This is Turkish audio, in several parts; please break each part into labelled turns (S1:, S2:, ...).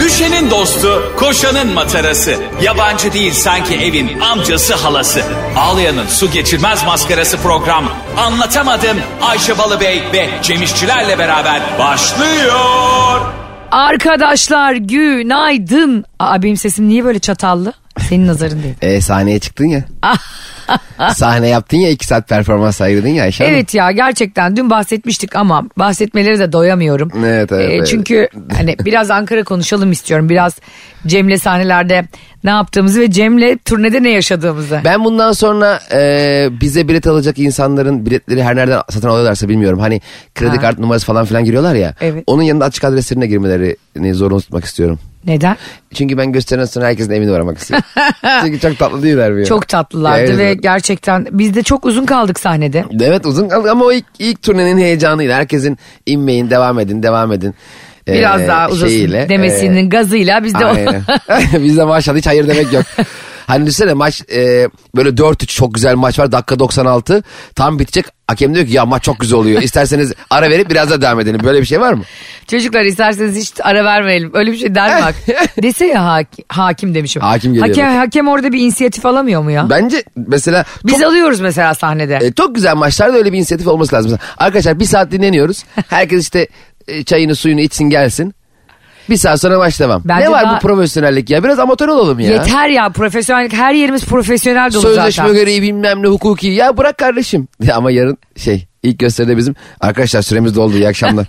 S1: Düşenin dostu, koşanın matarası. Yabancı değil sanki evin amcası halası. Ağlayanın su geçirmez maskarası program. Anlatamadım Ayşe Balıbey ve Cemişçilerle beraber başlıyor.
S2: Arkadaşlar günaydın. Aa, benim sesim niye böyle çatallı? Senin nazarın değil.
S3: E, sahneye çıktın ya. Sahne yaptın ya iki saat performans ayırdın ya Ayşe Hanım.
S2: Evet ya gerçekten dün bahsetmiştik ama bahsetmeleri de doyamıyorum. Ee,
S3: Evet, evet, evet.
S2: Çünkü hani biraz Ankara konuşalım istiyorum. Biraz Cem'le sahnelerde ne yaptığımızı ve Cem'le turnede ne yaşadığımızı.
S3: Ben bundan sonra e, bize bilet alacak insanların biletleri her nereden satın alıyorlarsa bilmiyorum. Hani kredi
S2: Ha.
S3: kart numarası falan filan giriyorlar ya.
S2: Evet.
S3: Onun yanında açık adreslerine girmelerini zorunlu tutmak istiyorum.
S2: Neden?
S3: Çünkü ben gösteren sonra herkesin evine uğramak istiyorum. Çünkü çok tatlı değiller bir.
S2: Çok tatlılardı
S3: Evet.
S2: ve gerçekten biz de çok uzun kaldık sahnede.
S3: Evet uzun kaldı ama o ilk, ilk turnenin heyecanıyla herkesin inmeyin devam edin devam edin. e,
S2: Biraz daha uzasın
S3: şeyiyle, e,
S2: demesinin gazıyla biz de o-
S3: Aynen. Bizde maşallah hiç hayır demek yok. Hani düşünsene maç e, böyle 4-3 çok güzel maç var. Dakika 96 tam bitecek. Hakem diyor ki ya maç çok güzel oluyor. İsterseniz ara verip biraz da devam edelim. Böyle bir şey var mı?
S2: Çocuklar isterseniz hiç ara vermeyelim. Öyle bir şey der mi hak? Dese ya hak- hakim demişim.
S3: Hakim geliyor
S2: Hakem,
S3: bakın.
S2: hakem orada bir inisiyatif alamıyor mu ya?
S3: Bence mesela
S2: Biz
S3: çok,
S2: alıyoruz mesela sahnede.
S3: e, çok güzel maçlarda öyle bir inisiyatif olması lazım. Arkadaşlar bir saat dinleniyoruz. Herkes işte e, çayını suyunu içsin gelsin. Bir saat sonra maç devam.
S2: Bence
S3: ne var
S2: daha-
S3: bu profesyonellik ya? Biraz amatör olalım ya.
S2: Yeter ya profesyonellik her yerimiz profesyonel dolu
S3: Sözleşme
S2: zaten.
S3: gereği bilmem ne hukuki. Ya bırak kardeşim. Ya ama yarın şey ilk gösteride bizim arkadaşlar süremiz doldu iyi akşamlar.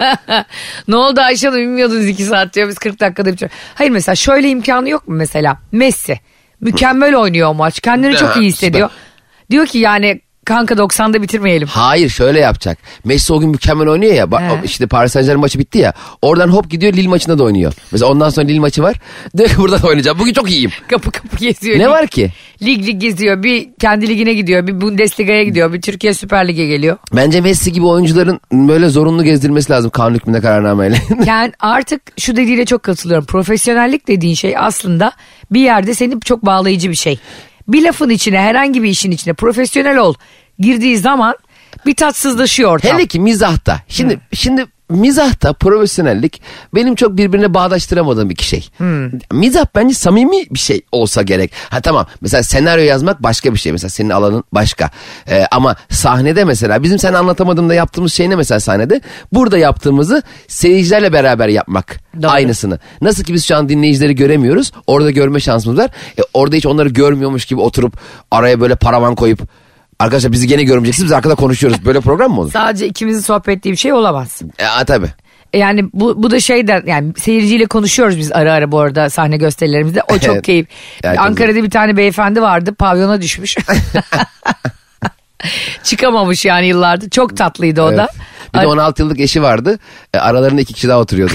S2: Ne oldu Ayşe Hanım bilmiyordunuz iki saat diyor biz 40 dakikada bitiyor. Hayır mesela şöyle imkanı yok mu mesela Messi mükemmel oynuyor o maç kendini çok iyi hissediyor. Diyor ki yani kanka 90'da bitirmeyelim.
S3: Hayır şöyle yapacak. Messi o gün mükemmel oynuyor ya. Bak,
S2: He.
S3: işte Paris Saint Germain maçı bitti ya. Oradan hop gidiyor Lille maçında da oynuyor. Mesela ondan sonra Lille maçı var. Diyor ki burada da oynayacağım. Bugün çok iyiyim.
S2: Kapı kapı geziyor.
S3: Ne
S2: Lig-
S3: var ki?
S2: Lig lig geziyor bir kendi ligine gidiyor bir Bundesliga'ya gidiyor bir Türkiye Süper Lig'e geliyor.
S3: Bence Messi gibi oyuncuların böyle zorunlu gezdirmesi lazım kanun hükmünde kararnameyle.
S2: Yani artık şu dediğiyle çok katılıyorum. Profesyonellik dediğin şey aslında bir yerde seni çok bağlayıcı bir şey. Bir lafın içine herhangi bir işin içine profesyonel ol girdiği zaman bir tatsızlaşıyor ortam.
S3: Hele ki mizahta. Şimdi şimdi mizahta profesyonellik benim çok birbirine bağdaştıramadığım iki şey. Mizah bence samimi bir şey olsa gerek. Ha tamam mesela senaryo yazmak başka bir şey. Mesela senin alanın başka. Ee, ama sahnede mesela bizim sen anlatamadığımda yaptığımız şey ne mesela sahnede? Burada yaptığımızı seyircilerle beraber yapmak.
S2: Doğru.
S3: Aynısını. Nasıl ki biz şu an dinleyicileri göremiyoruz. Orada görme şansımız var. E, orada hiç onları görmüyormuş gibi oturup araya böyle paravan koyup Arkadaşlar bizi gene görmeyeceksiniz biz arkada konuşuyoruz. Böyle program mı olur?
S2: Sadece ikimizin sohbet ettiği bir şey olamaz.
S3: E, a, tabii.
S2: Yani bu, bu da şeyden yani seyirciyle konuşuyoruz biz ara ara bu arada sahne gösterilerimizde. O çok
S3: Evet.
S2: keyif.
S3: Evet,
S2: Ankara'da bir tane beyefendi vardı pavyona düşmüş. Çıkamamış yani yıllardır. Çok tatlıydı o da.
S3: Evet. Bir de 16 yıllık eşi vardı. E, aralarında iki kişi daha oturuyordu.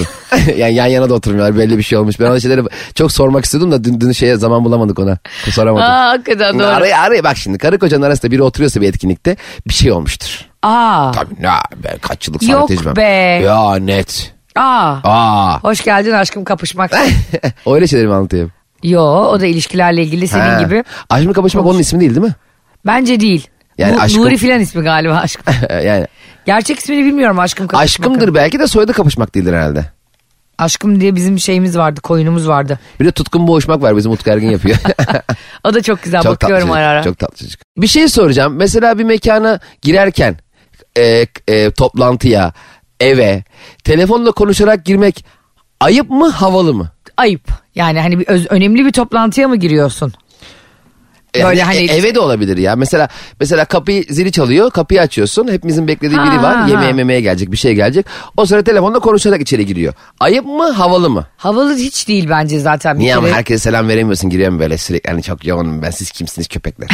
S3: yani yan yana da oturmuyorlar. Belli bir şey olmuş. Ben ona şeyleri çok sormak istiyordum da dün, dün şeye zaman bulamadık ona. Soramadım.
S2: Aa, hakikaten doğru.
S3: Araya, araya bak şimdi karı kocanın arasında biri oturuyorsa bir etkinlikte bir şey olmuştur.
S2: Aa,
S3: Tabii ne ben kaç yıllık sanat
S2: Yok
S3: tecrübem.
S2: be.
S3: Ya net.
S2: aa.
S3: Aa.
S2: Hoş geldin aşkım kapışmak.
S3: Öyle şeyleri mi anlatayım?
S2: Yo o da ilişkilerle ilgili senin
S3: Ha.
S2: gibi.
S3: Aşkım kapışmak onun ismi değil değil mi?
S2: Bence değil.
S3: Yani
S2: Yani
S3: aşkım-
S2: Nuri filan ismi galiba aşkım.
S3: yani
S2: Gerçek ismini bilmiyorum aşkım kapışmak.
S3: aşkımdır belki de soyadı kapışmak değildir herhalde.
S2: Aşkım diye bizim şeyimiz vardı koyunumuz vardı.
S3: Bir de tutkun boğuşmak var bizim Utku Ergin yapıyor.
S2: O da çok güzel
S3: Çok tatlı
S2: bakıyorum
S3: çocuk,
S2: ara ara.
S3: Çok tatlı çocuk. Bir şey soracağım. Mesela bir mekana girerken e, e, toplantıya, eve telefonla konuşarak girmek ayıp mı havalı mı?
S2: Ayıp. Yani hani bir öz- önemli bir toplantıya mı giriyorsun?
S3: E,
S2: Böyle hani-
S3: e, eve de olabilir ya. Mesela mesela kapıyı zili çalıyor, kapıyı açıyorsun. Hepimizin beklediği
S2: Ha,
S3: biri
S2: ha,
S3: var. Yemeğe
S2: ha.
S3: memeye gelecek, bir şey gelecek. O sırada telefonla konuşarak içeri giriyor. Ayıp mı, havalı mı?
S2: Havalı hiç değil bence zaten. Bir
S3: Niye ama
S2: kere.
S3: herkese selam veremiyorsun giriyorum böyle sürekli hani çok yoğunum ben siz kimsiniz köpekler?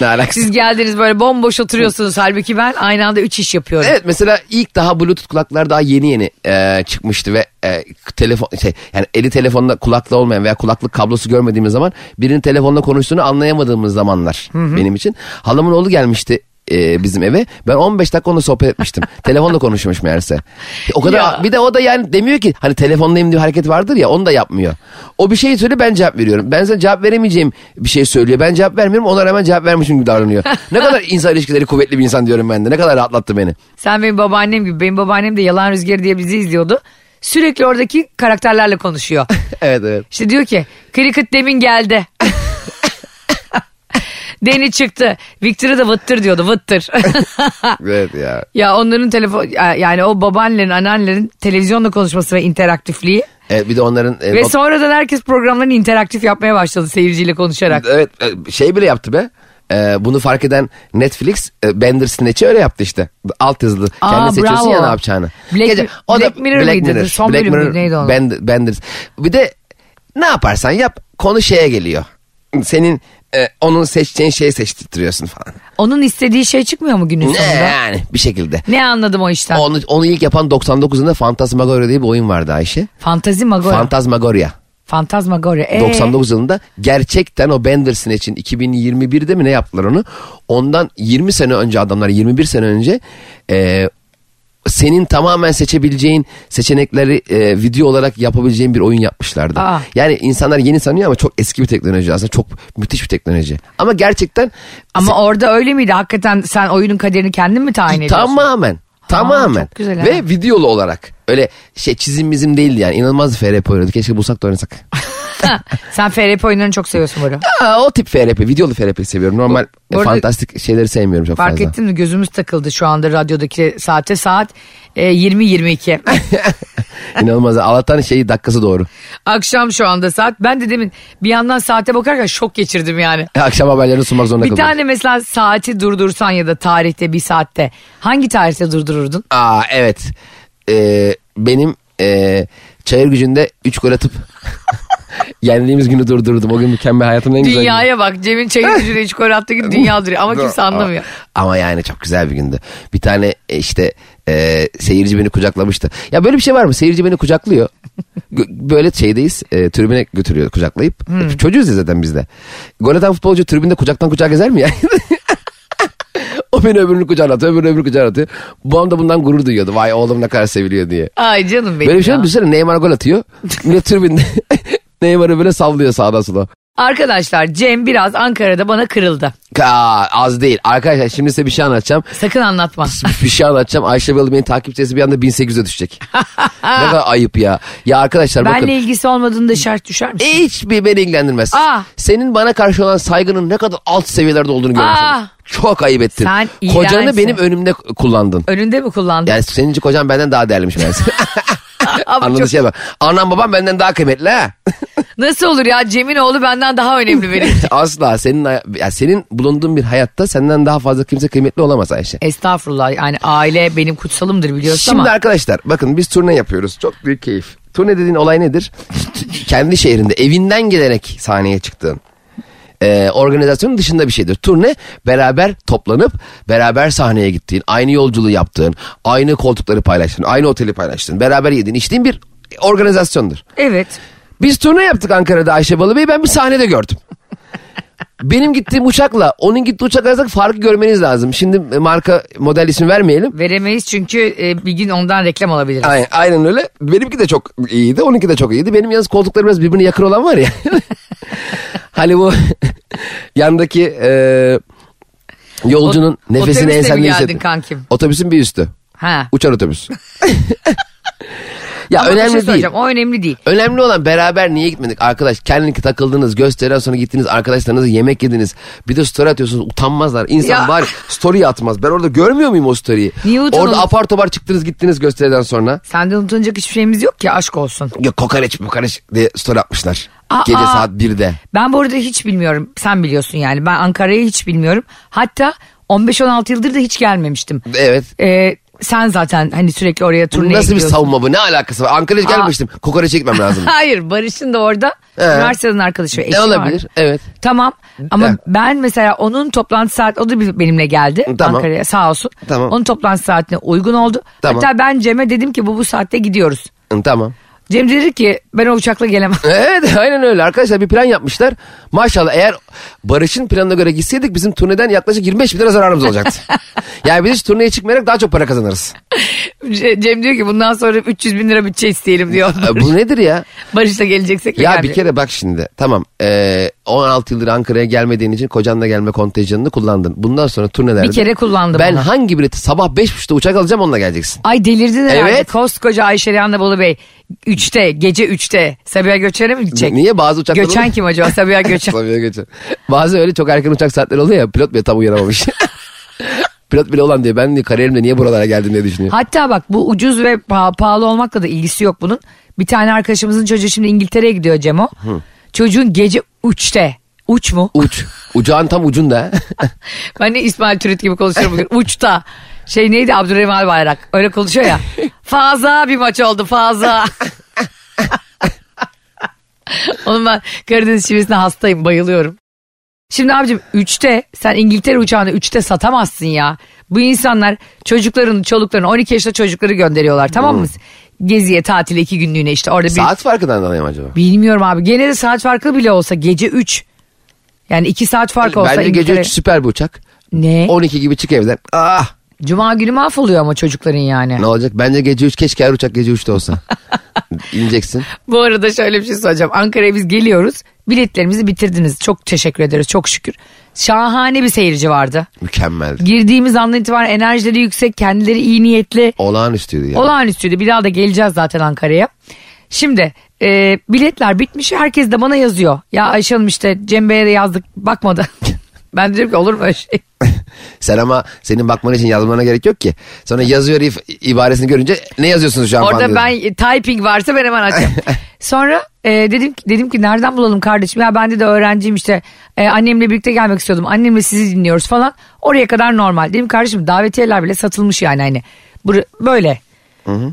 S3: ne alakası?
S2: Siz geldiniz böyle bomboş oturuyorsunuz halbuki ben aynı anda üç iş yapıyorum.
S3: Evet mesela ilk daha bluetooth kulaklar daha yeni yeni e, çıkmıştı ve e, telefon şey yani eli telefonda kulaklı olmayan veya kulaklık kablosu görmediğimiz zaman birinin telefonla konuştuğunu anlayamadığımız zamanlar benim için. Halamın oğlu gelmişti e, bizim eve. Ben 15 dakika onunla sohbet etmiştim. telefonla konuşmuş meğerse. O kadar
S2: Ya.
S3: bir de o da yani demiyor ki hani telefonlayım diye hareket vardır ya onu da yapmıyor. O bir şey söyle ben cevap veriyorum. Ben sana cevap veremeyeceğim bir şey söylüyor. Ben cevap vermiyorum ona rağmen cevap vermişim gibi davranıyor. ne kadar insan ilişkileri kuvvetli bir insan diyorum ben de. Ne kadar rahatlattı beni.
S2: Sen benim babaannem gibi. Benim babaannem de Yalan Rüzgarı diye bizi izliyordu. sürekli oradaki karakterlerle konuşuyor.
S3: evet evet.
S2: İşte diyor ki cricket demin geldi. Deni çıktı. Victor'a da vıttır diyordu vıttır.
S3: Evet ya.
S2: ya onların telefon yani o babaannelerin anneannelerin televizyonla konuşması ve interaktifliği.
S3: Evet, bir de onların e,
S2: Ve
S3: not-
S2: sonradan herkes programlarını interaktif yapmaya başladı seyirciyle konuşarak.
S3: Evet e, şey bile yaptı be. E, bunu fark eden Netflix e, Bandersnatch'i öyle yaptı işte. Alt yazılı.
S2: Aa,
S3: Kendi seçiyorsun
S2: bravo.
S3: ya ne yapacağını.
S2: Black- Black Mirror mıydı? Son bölüm müydü? Neydi onun?
S3: Band- Banders. Bir de ne yaparsan yap konu şeye geliyor. Senin e, onun seçeceğin şeyi seçtiriyorsun falan.
S2: Onun istediği şey çıkmıyor mu günün
S3: Ne
S2: sonunda?
S3: yani bir şekilde.
S2: Ne anladım o işten?
S3: Onu, onu ilk yapan 99'unda Fantasmagoria diye bir oyun vardı Ayşe.
S2: Fantazimagoria.
S3: Fantasmagoria.
S2: Fantasmagoria. Ee?
S3: 99 yılında gerçekten o Benderson için 2021'de mi ne yaptılar onu? Ondan 20 sene önce adamlar 21 sene önce e, senin tamamen seçebileceğin seçenekleri e, video olarak yapabileceğin bir oyun yapmışlardı.
S2: Aa.
S3: Yani insanlar yeni sanıyor ama çok eski bir teknoloji aslında çok müthiş bir teknoloji. Ama gerçekten
S2: Ama orada öyle miydi? Hakikaten sen oyunun kaderini kendin mi tayin ediyorsun?
S3: Tamamen. Tamamen.
S2: çok güzel ha.
S3: Ve videolu olarak. Öyle şey çizim bizim değildi yani. İnanılmaz bir FRP oynadı. Keşke bulsak da oynasak.
S2: Sen FRP oyunlarını çok seviyorsun Bora.
S3: Aa, o tip FRP. Videolu FRP seviyorum. Normal
S2: Bu arada-
S3: fantastik şeyleri sevmiyorum çok
S2: Fark
S3: fazla.
S2: ettin mi gözümüz takıldı şu anda radyodaki saate saat e, 20.22.
S3: İnanılmaz. Allah'tan şeyi dakikası doğru.
S2: Akşam şu anda saat. Ben de demin bir yandan saate bakarken şok geçirdim yani.
S3: Akşam haberlerini sunmak zorunda
S2: Bir
S3: kalıyorum.
S2: tane mesela saati durdursan ya da tarihte bir saatte hangi tarihte durdururdun?
S3: Aa evet. Ee, benim ee, çayır gücünde 3 gol atıp yendiğimiz günü durdurdum. O gün mükemmel hayatımın en güzel günü.
S2: Dünyaya bak Cem'in çayın ucuna hiç gol attığı gibi dünya duruyor ama kimse anlamıyor.
S3: Ama yani çok güzel bir gündü. Bir tane e, işte e, seyirci beni kucaklamıştı. Ya böyle bir şey var mı? Seyirci beni kucaklıyor. Gö- böyle şeydeyiz. E, tribüne götürüyor kucaklayıp. E, Çocuğuz ya zaten biz de. Gol atan futbolcu tribünde kucaktan kucağa gezer mi yani? o beni öbürünü kucağına atıyor, öbürünü öbürünü kucağına atıyor. Babam da bundan gurur duyuyordu. Vay oğlum ne kadar seviliyor diye.
S2: Ay canım benim
S3: Böyle bir şey
S2: ya.
S3: var mı? Düşünsene Neymar gol atıyor. Millet tribünde Neymar'ı böyle sallıyor sağdan sola.
S2: Arkadaşlar Cem biraz Ankara'da bana kırıldı.
S3: Ka- az değil. Arkadaşlar şimdi size bir şey anlatacağım.
S2: Sakın anlatma.
S3: bir şey anlatacağım. Ayşe Balı beni takipçisi bir anda 1800'e düşecek. ne kadar ayıp ya. Ya arkadaşlar bakın.
S2: Benle ilgisi olmadığını da şart düşer misin?
S3: Hiç bir beni ilgilendirmez.
S2: Aa.
S3: Senin bana karşı olan saygının ne kadar alt seviyelerde olduğunu görmüş
S2: Aa.
S3: oldum. Çok ayıp ettin.
S2: Sen
S3: Kocanı
S2: iğrençsin.
S3: benim önümde kullandın.
S2: Önünde mi kullandın?
S3: Yani senin kocam benden daha değerliymiş meğerse.
S2: Ama
S3: Anladığın
S2: çok-
S3: şey bak. Anam babam benden daha kıymetli ha.
S2: Nasıl olur ya Cem'in oğlu benden daha önemli benim.
S3: Asla senin hay- ya senin bulunduğun bir hayatta senden daha fazla kimse kıymetli olamaz Ayşe.
S2: Estağfurullah yani aile benim kutsalımdır biliyorsun
S3: Şimdi
S2: ama.
S3: arkadaşlar bakın biz turne yapıyoruz. Çok büyük keyif. Turne dediğin olay nedir? Kendi şehrinde evinden gelerek sahneye çıktığın. Ee, organizasyonun dışında bir şeydir. Turne beraber toplanıp beraber sahneye gittiğin, aynı yolculuğu yaptığın, aynı koltukları paylaştın, aynı oteli paylaştın, beraber yediğin, içtiğin bir organizasyondur.
S2: Evet.
S3: Biz turne yaptık Ankara'da Ayşe Balıbey'i ben bir sahnede gördüm. Benim gittiğim uçakla onun gittiği uçak arasındaki farkı görmeniz lazım. Şimdi marka model ismi vermeyelim.
S2: Veremeyiz çünkü e, bir gün ondan reklam alabiliriz.
S3: Aynen, aynen öyle. Benimki de çok iyiydi. Onunki de çok iyiydi. Benim yalnız koltuklarım biraz birbirine yakın olan var ya. hani bu yandaki e, yolcunun
S2: Ot-
S3: nefesini
S2: otobüsle mi
S3: ensende
S2: geldin
S3: hissettim.
S2: kankim?
S3: Otobüsün bir üstü.
S2: Ha.
S3: Uçan otobüs. ya
S2: Ama bir şey
S3: önemli değil.
S2: söyleyeceğim, O önemli değil.
S3: Önemli olan beraber niye gitmedik arkadaş? Kendiniz takıldınız, gösteriden sonra gittiniz, arkadaşlarınızla yemek yediniz. Bir de story atıyorsunuz, utanmazlar. İnsan
S2: Ya.
S3: var story atmaz. Ben orada görmüyor muyum o story'i?
S2: Niye utanalım?
S3: Orada apar topar çıktınız gittiniz gösteriden sonra.
S2: Senden utanacak hiçbir şeyimiz yok ki aşk olsun.
S3: Ya kokoreç kokoreç diye story atmışlar.
S2: Aa.
S3: Gece saat 1'de.
S2: Ben bu arada hiç bilmiyorum. Sen biliyorsun yani. Ben Ankara'yı hiç bilmiyorum. Hatta 15-16 yıldır da hiç gelmemiştim.
S3: Evet.
S2: E, sen zaten hani sürekli oraya turneye
S3: Nasıl bir
S2: gidiyorsun.
S3: savunma bu? Ne alakası var? Ankara'ya hiç
S2: Aa.
S3: gelmemiştim. Kokoreç gitmem lazım.
S2: Hayır Barış'ın da orada üniversiteden arkadaşı ve eşi
S3: ne olabilir?
S2: var.
S3: Evet.
S2: Tamam ama
S3: Evet.
S2: ben mesela onun toplantı saat o da bir- benimle geldi
S3: Tamam.
S2: Ankara'ya sağ olsun.
S3: Tamam.
S2: Onun toplantı saatine uygun oldu.
S3: Tamam.
S2: Hatta ben Cem'e dedim ki bu bu saatte gidiyoruz.
S3: Hı, Tamam.
S2: Cem dedi ki ben o uçakla gelemem.
S3: Evet aynen öyle arkadaşlar bir plan yapmışlar. Maşallah eğer Barış'ın planına göre gitseydik bizim turneden yaklaşık 25 bin lira zararımız olacaktı. yani biz hiç turneye çıkmayarak daha çok para kazanırız.
S2: Ce- Cem diyor ki bundan sonra 300 bin lira bütçe isteyelim diyor.
S3: E, Bu nedir ya?
S2: Barış'la geleceksek mi
S3: ya
S2: gelmiyor?
S3: bir kere bak şimdi tamam ee, 16 yıldır Ankara'ya gelmediğin için kocan da gelme kontenjanını kullandın. Bundan sonra turnelerde...
S2: Bir kere kullandım
S3: Ben
S2: onu.
S3: hangi bileti sabah 5.30'da uçak alacağım onunla geleceksin.
S2: Ay delirdin herhalde.
S3: Evet.
S2: Koskoca Ayşe Rihanna Bolu Bey. Üçte, gece üçte. Sabiha Göçer'e mi gidecek?
S3: Niye bazı uçaklar...
S2: Göçen kim acaba? Sabiha Göçen.
S3: Sabiha Göçen. Bazı öyle çok erken uçak saatleri oluyor ya pilot bile tam uyanamamış. pilot bile olan diye ben diyor, kariyerimde niye buralara geldim diye düşünüyor.
S2: Hatta bak bu ucuz ve pa- pahalı olmakla da ilgisi yok bunun. Bir tane arkadaşımızın çocuğu şimdi İngiltere'ye gidiyor Cemo. Çocuğun gece üçte. Uç mu?
S3: Uç. Ucağın tam ucunda.
S2: Ben de İsmail Türüt gibi konuşuyorum bugün. Uçta. Şey neydi Abdurrahim Albayrak. Öyle konuşuyor ya. Fazla bir maç oldu fazla. Oğlum ben Karadeniz şivesine hastayım bayılıyorum. Şimdi abicim 3'te sen İngiltere uçağını 3'te satamazsın ya. Bu insanlar çocukların çoluklarını 12 yaşında çocukları gönderiyorlar tamam mı? Geziye tatile 2 günlüğüne işte orada bir...
S3: Saat farkından dolayı mı acaba?
S2: Bilmiyorum abi gene de saat farkı bile olsa gece 3. Yani 2 saat fark şey olsa
S3: Bence gece
S2: İngiltere-
S3: 3 süper bir uçak.
S2: Ne?
S3: 12 gibi çık evden. Ah
S2: Cuma günü mahvoluyor ama çocukların yani.
S3: ne olacak? Bence gece 3 keşke her uçak gece 3'te olsa. İneceksin.
S2: Bu arada şöyle bir şey söyleyeceğim. Ankara'ya biz geliyoruz. Biletlerimizi bitirdiniz. Çok teşekkür ederiz. Çok şükür. Şahane bir seyirci vardı.
S3: Mükemmeldi.
S2: Girdiğimiz andan itibaren enerjileri yüksek, kendileri iyi niyetli.
S3: Olağanüstüydü ya.
S2: Olağanüstüydü. Bir daha da geleceğiz zaten Ankara'ya. Şimdi e, biletler bitmiş. Herkes de bana yazıyor. Ya Ayşe Hanım işte Cem Bey'e de yazdık. Bakmadı. ben de diyorum ki olur mu öyle şey?
S3: Sen ama senin bakman için yazmana gerek yok ki. Sonra yazıyor if- ibaresini görünce ne yazıyorsunuz şu an falan
S2: Orada
S3: diyordun.
S2: ben e, typing varsa ben hemen açarım. Sonra e, dedim ki, dedim ki nereden bulalım kardeşim? Ya ben de öğrenciyim işte E, annemle birlikte gelmek istiyordum. Annemle sizi dinliyoruz falan. Oraya kadar normal. Dedim kardeşim davetiyeler bile satılmış yani hani. Bur- böyle.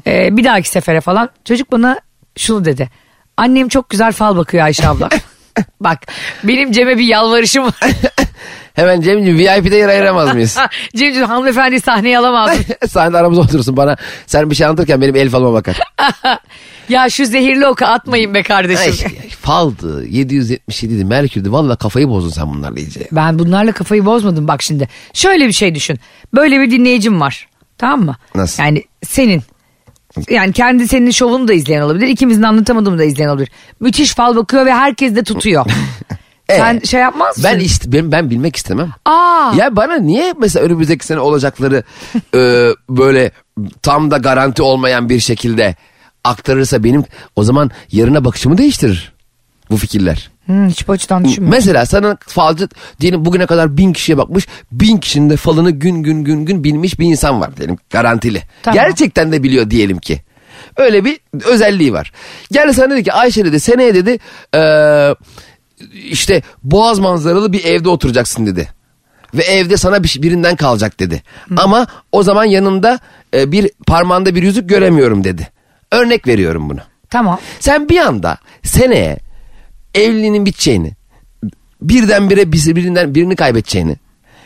S2: E, bir dahaki sefere falan. Çocuk bana şunu dedi. Annem çok güzel fal bakıyor Ayşe abla. Bak benim Cem'e bir yalvarışım var.
S3: Hemen Cem'ciğim VIP'de yer ayıramaz mıyız?
S2: Cem'ciğim hanımefendi sahneye alamaz.
S3: Sen de aramıza oturursun bana. Sen bir şey anlatırken benim el falıma bakar.
S2: ya şu zehirli oku atmayın be
S3: Ay,
S2: kardeşim.
S3: faldı, 777'di, Merkür'dü. Valla kafayı bozdun sen bunlarla iyice.
S2: Ben bunlarla kafayı bozmadım bak şimdi. Şöyle bir şey düşün. Böyle bir dinleyicim var. Tamam mı?
S3: Nasıl?
S2: Yani senin. Yani kendi senin şovunu da izleyen olabilir. İkimizin anlatamadığımı da izleyen olabilir. Müthiş fal bakıyor ve herkes de tutuyor. Sen
S3: Ee,
S2: şey yapmaz mısın?
S3: Ben, işte, ben, ben bilmek istemem.
S2: Aa,
S3: Ya bana niye mesela önümüzdeki sene olacakları e, böyle tam da garanti olmayan bir şekilde aktarırsa benim o zaman yarına bakışımı değiştirir bu fikirler.
S2: hmm, hiç bu açıdan düşünmüyorum.
S3: Mesela sana falcı diyelim bugüne kadar bin kişiye bakmış. Bin kişinin de falını gün gün gün gün bilmiş bir insan var diyelim garantili.
S2: Tamam.
S3: Gerçekten de biliyor diyelim ki. Öyle bir özelliği var. Gel sana dedi ki Ayşe dedi seneye dedi eee, işte boğaz manzaralı bir evde oturacaksın dedi. Ve evde sana bir, şey, birinden kalacak dedi. Ama o zaman yanında e, bir parmağında bir yüzük göremiyorum dedi. Örnek veriyorum bunu.
S2: Tamam.
S3: Sen bir anda seneye evliliğinin biteceğini, birdenbire bizi- birinden birini kaybedeceğini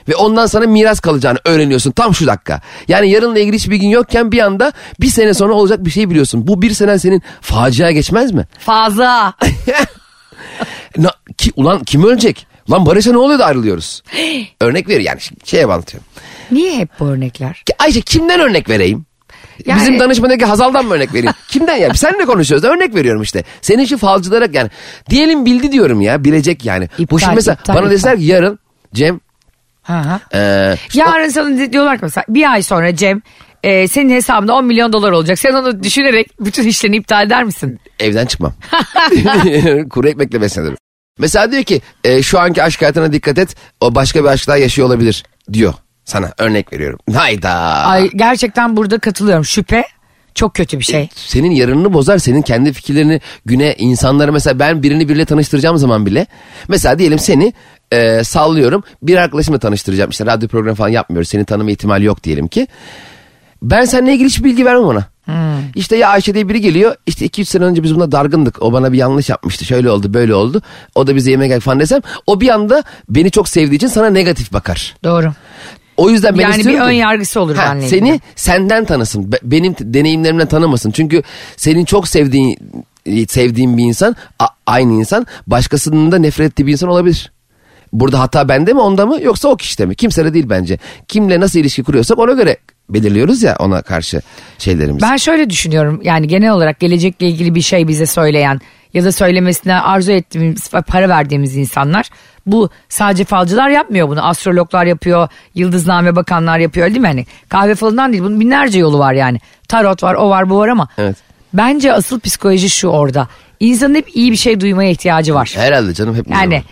S3: ve ondan sana miras kalacağını öğreniyorsun tam şu dakika. Yani yarınla ilgili hiçbir gün yokken bir anda bir sene sonra olacak bir şey biliyorsun. Bu bir sene senin facia geçmez mi?
S2: Fazla.
S3: Na- ki, ulan kim ölecek? Lan Barış'a ne oluyor da ayrılıyoruz? Örnek ver yani şimdi şeye anlatıyorum.
S2: Niye hep bu örnekler?
S3: Ki Ayşe kimden örnek vereyim?
S2: Yani-
S3: Bizim danışmadaki Hazal'dan mı örnek vereyim? Kimden ya? Seninle konuşuyoruz da örnek veriyorum işte. Senin şu falcılara yani diyelim bildi diyorum ya bilecek yani.
S2: İptal,
S3: Bu şimdi mesela
S2: iptal,
S3: bana
S2: iptal.
S3: deseler ki yarın Cem e,
S2: Ha ha.
S3: eee,
S2: Yarın sana di- diyorlar ki mesela bir ay sonra Cem e, senin hesabında 10 milyon dolar olacak. Sen onu düşünerek bütün işlerini iptal eder misin?
S3: evden çıkmam. Kuru ekmekle beslenirim. Mesela diyor ki e, şu anki aşk hayatına dikkat et o başka bir aşk daha yaşıyor olabilir diyor sana örnek veriyorum. Hayda.
S2: Ay gerçekten burada katılıyorum. Şüphe çok kötü bir şey.
S3: senin yarınını bozar. Senin kendi fikirlerini güne insanlara mesela ben birini biriyle tanıştıracağım zaman bile. Mesela diyelim seni e, sallıyorum bir arkadaşımla tanıştıracağım. İşte radyo programı falan yapmıyoruz. Seni tanıma ihtimali yok diyelim ki. Ben seninle ilgili hiçbir bilgi vermem ona. İşte ya Ayşe diye biri geliyor. İşte 2-3 sene önce biz buna dargındık. O bana bir yanlış yapmıştı. Şöyle oldu böyle oldu. O da bize yemek gel falan desem. O bir anda beni çok sevdiği için sana negatif bakar.
S2: Doğru.
S3: O yüzden ben
S2: Yani bir
S3: istiyorum ki-
S2: ön yargısı olur
S3: Ha,
S2: benle
S3: Seni
S2: ilgili.
S3: senden tanısın. Be- benim t- deneyimlerimden tanımasın. Çünkü senin çok sevdiğin e, sevdiğin bir insan a- aynı insan başkasının da nefret ettiği bir insan olabilir. Burada hata bende mi onda mı yoksa o kişide mi? Kimse de değil bence. Kimle nasıl ilişki kuruyorsak ona göre belirliyoruz ya ona karşı şeylerimizi.
S2: Ben şöyle düşünüyorum yani genel olarak gelecekle ilgili bir şey bize söyleyen ya da söylemesine arzu ettiğimiz ve para verdiğimiz insanlar bu sadece falcılar yapmıyor bunu. Astrologlar yapıyor, yıldızname bakanlar yapıyor öyle değil mi? Hani kahve falından değil bunun binlerce yolu var yani. Tarot var, o var, bu var ama.
S3: Evet.
S2: Bence asıl psikoloji şu orada. İnsanın hep iyi bir şey duymaya ihtiyacı var.
S3: Herhalde canım hepimiz
S2: Yani
S3: var.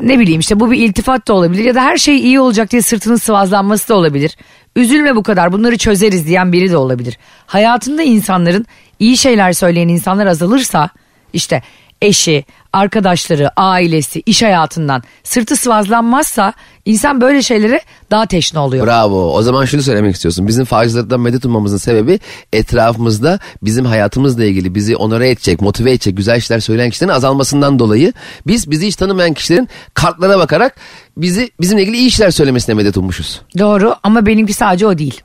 S2: ne bileyim işte bu bir iltifat da olabilir ya da her şey iyi olacak diye sırtının sıvazlanması da olabilir. Üzülme bu kadar bunları çözeriz diyen biri de olabilir. Hayatında insanların iyi şeyler söyleyen insanlar azalırsa işte eşi, arkadaşları, ailesi, iş hayatından sırtı sıvazlanmazsa insan böyle şeylere daha teşne oluyor.
S3: Bravo. O zaman şunu söylemek istiyorsun. Bizim faizlerden medet ummamızın sebebi etrafımızda bizim hayatımızla ilgili bizi onore edecek, motive edecek güzel şeyler söyleyen kişilerin azalmasından dolayı biz bizi hiç tanımayan kişilerin kartlara bakarak bizi bizimle ilgili iyi işler söylemesine medet ummuşuz.
S2: Doğru ama benimki sadece o değil.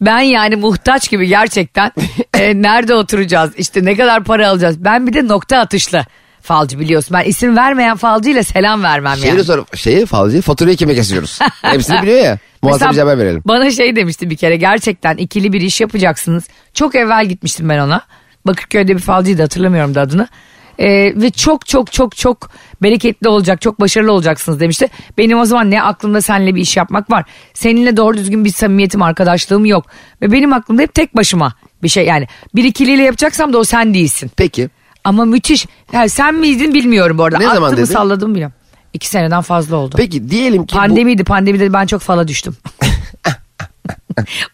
S2: ben yani muhtaç gibi gerçekten e, nerede oturacağız işte ne kadar para alacağız. Ben bir de nokta atışlı falcı biliyorsun. Ben isim vermeyen falcıyla selam vermem
S3: Şeyi
S2: yani.
S3: de sor, şeyi falcıya faturayı kime kesiyoruz? Hepsini biliyor ya. Muhasebeci
S2: Mesela
S3: haber verelim.
S2: Bana şey demişti bir kere gerçekten ikili bir iş yapacaksınız. Çok evvel gitmiştim ben ona. Bakırköy'de bir falcıydı hatırlamıyorum da adını. Ee, ve çok çok çok çok bereketli olacak çok başarılı olacaksınız demişti. Benim o zaman ne aklımda seninle bir iş yapmak var. Seninle doğru düzgün bir samimiyetim arkadaşlığım yok. Ve benim aklımda hep tek başıma bir şey yani. Bir ikiliyle yapacaksam da o sen değilsin.
S3: Peki.
S2: Ama müthiş. Ha, sen miydin bilmiyorum bu arada.
S3: Ne zaman
S2: Attı mı,
S3: dedi?
S2: salladım bilmiyorum. İki seneden fazla oldu.
S3: Peki diyelim ki bu-
S2: Pandemiydi pandemide ben çok fala düştüm.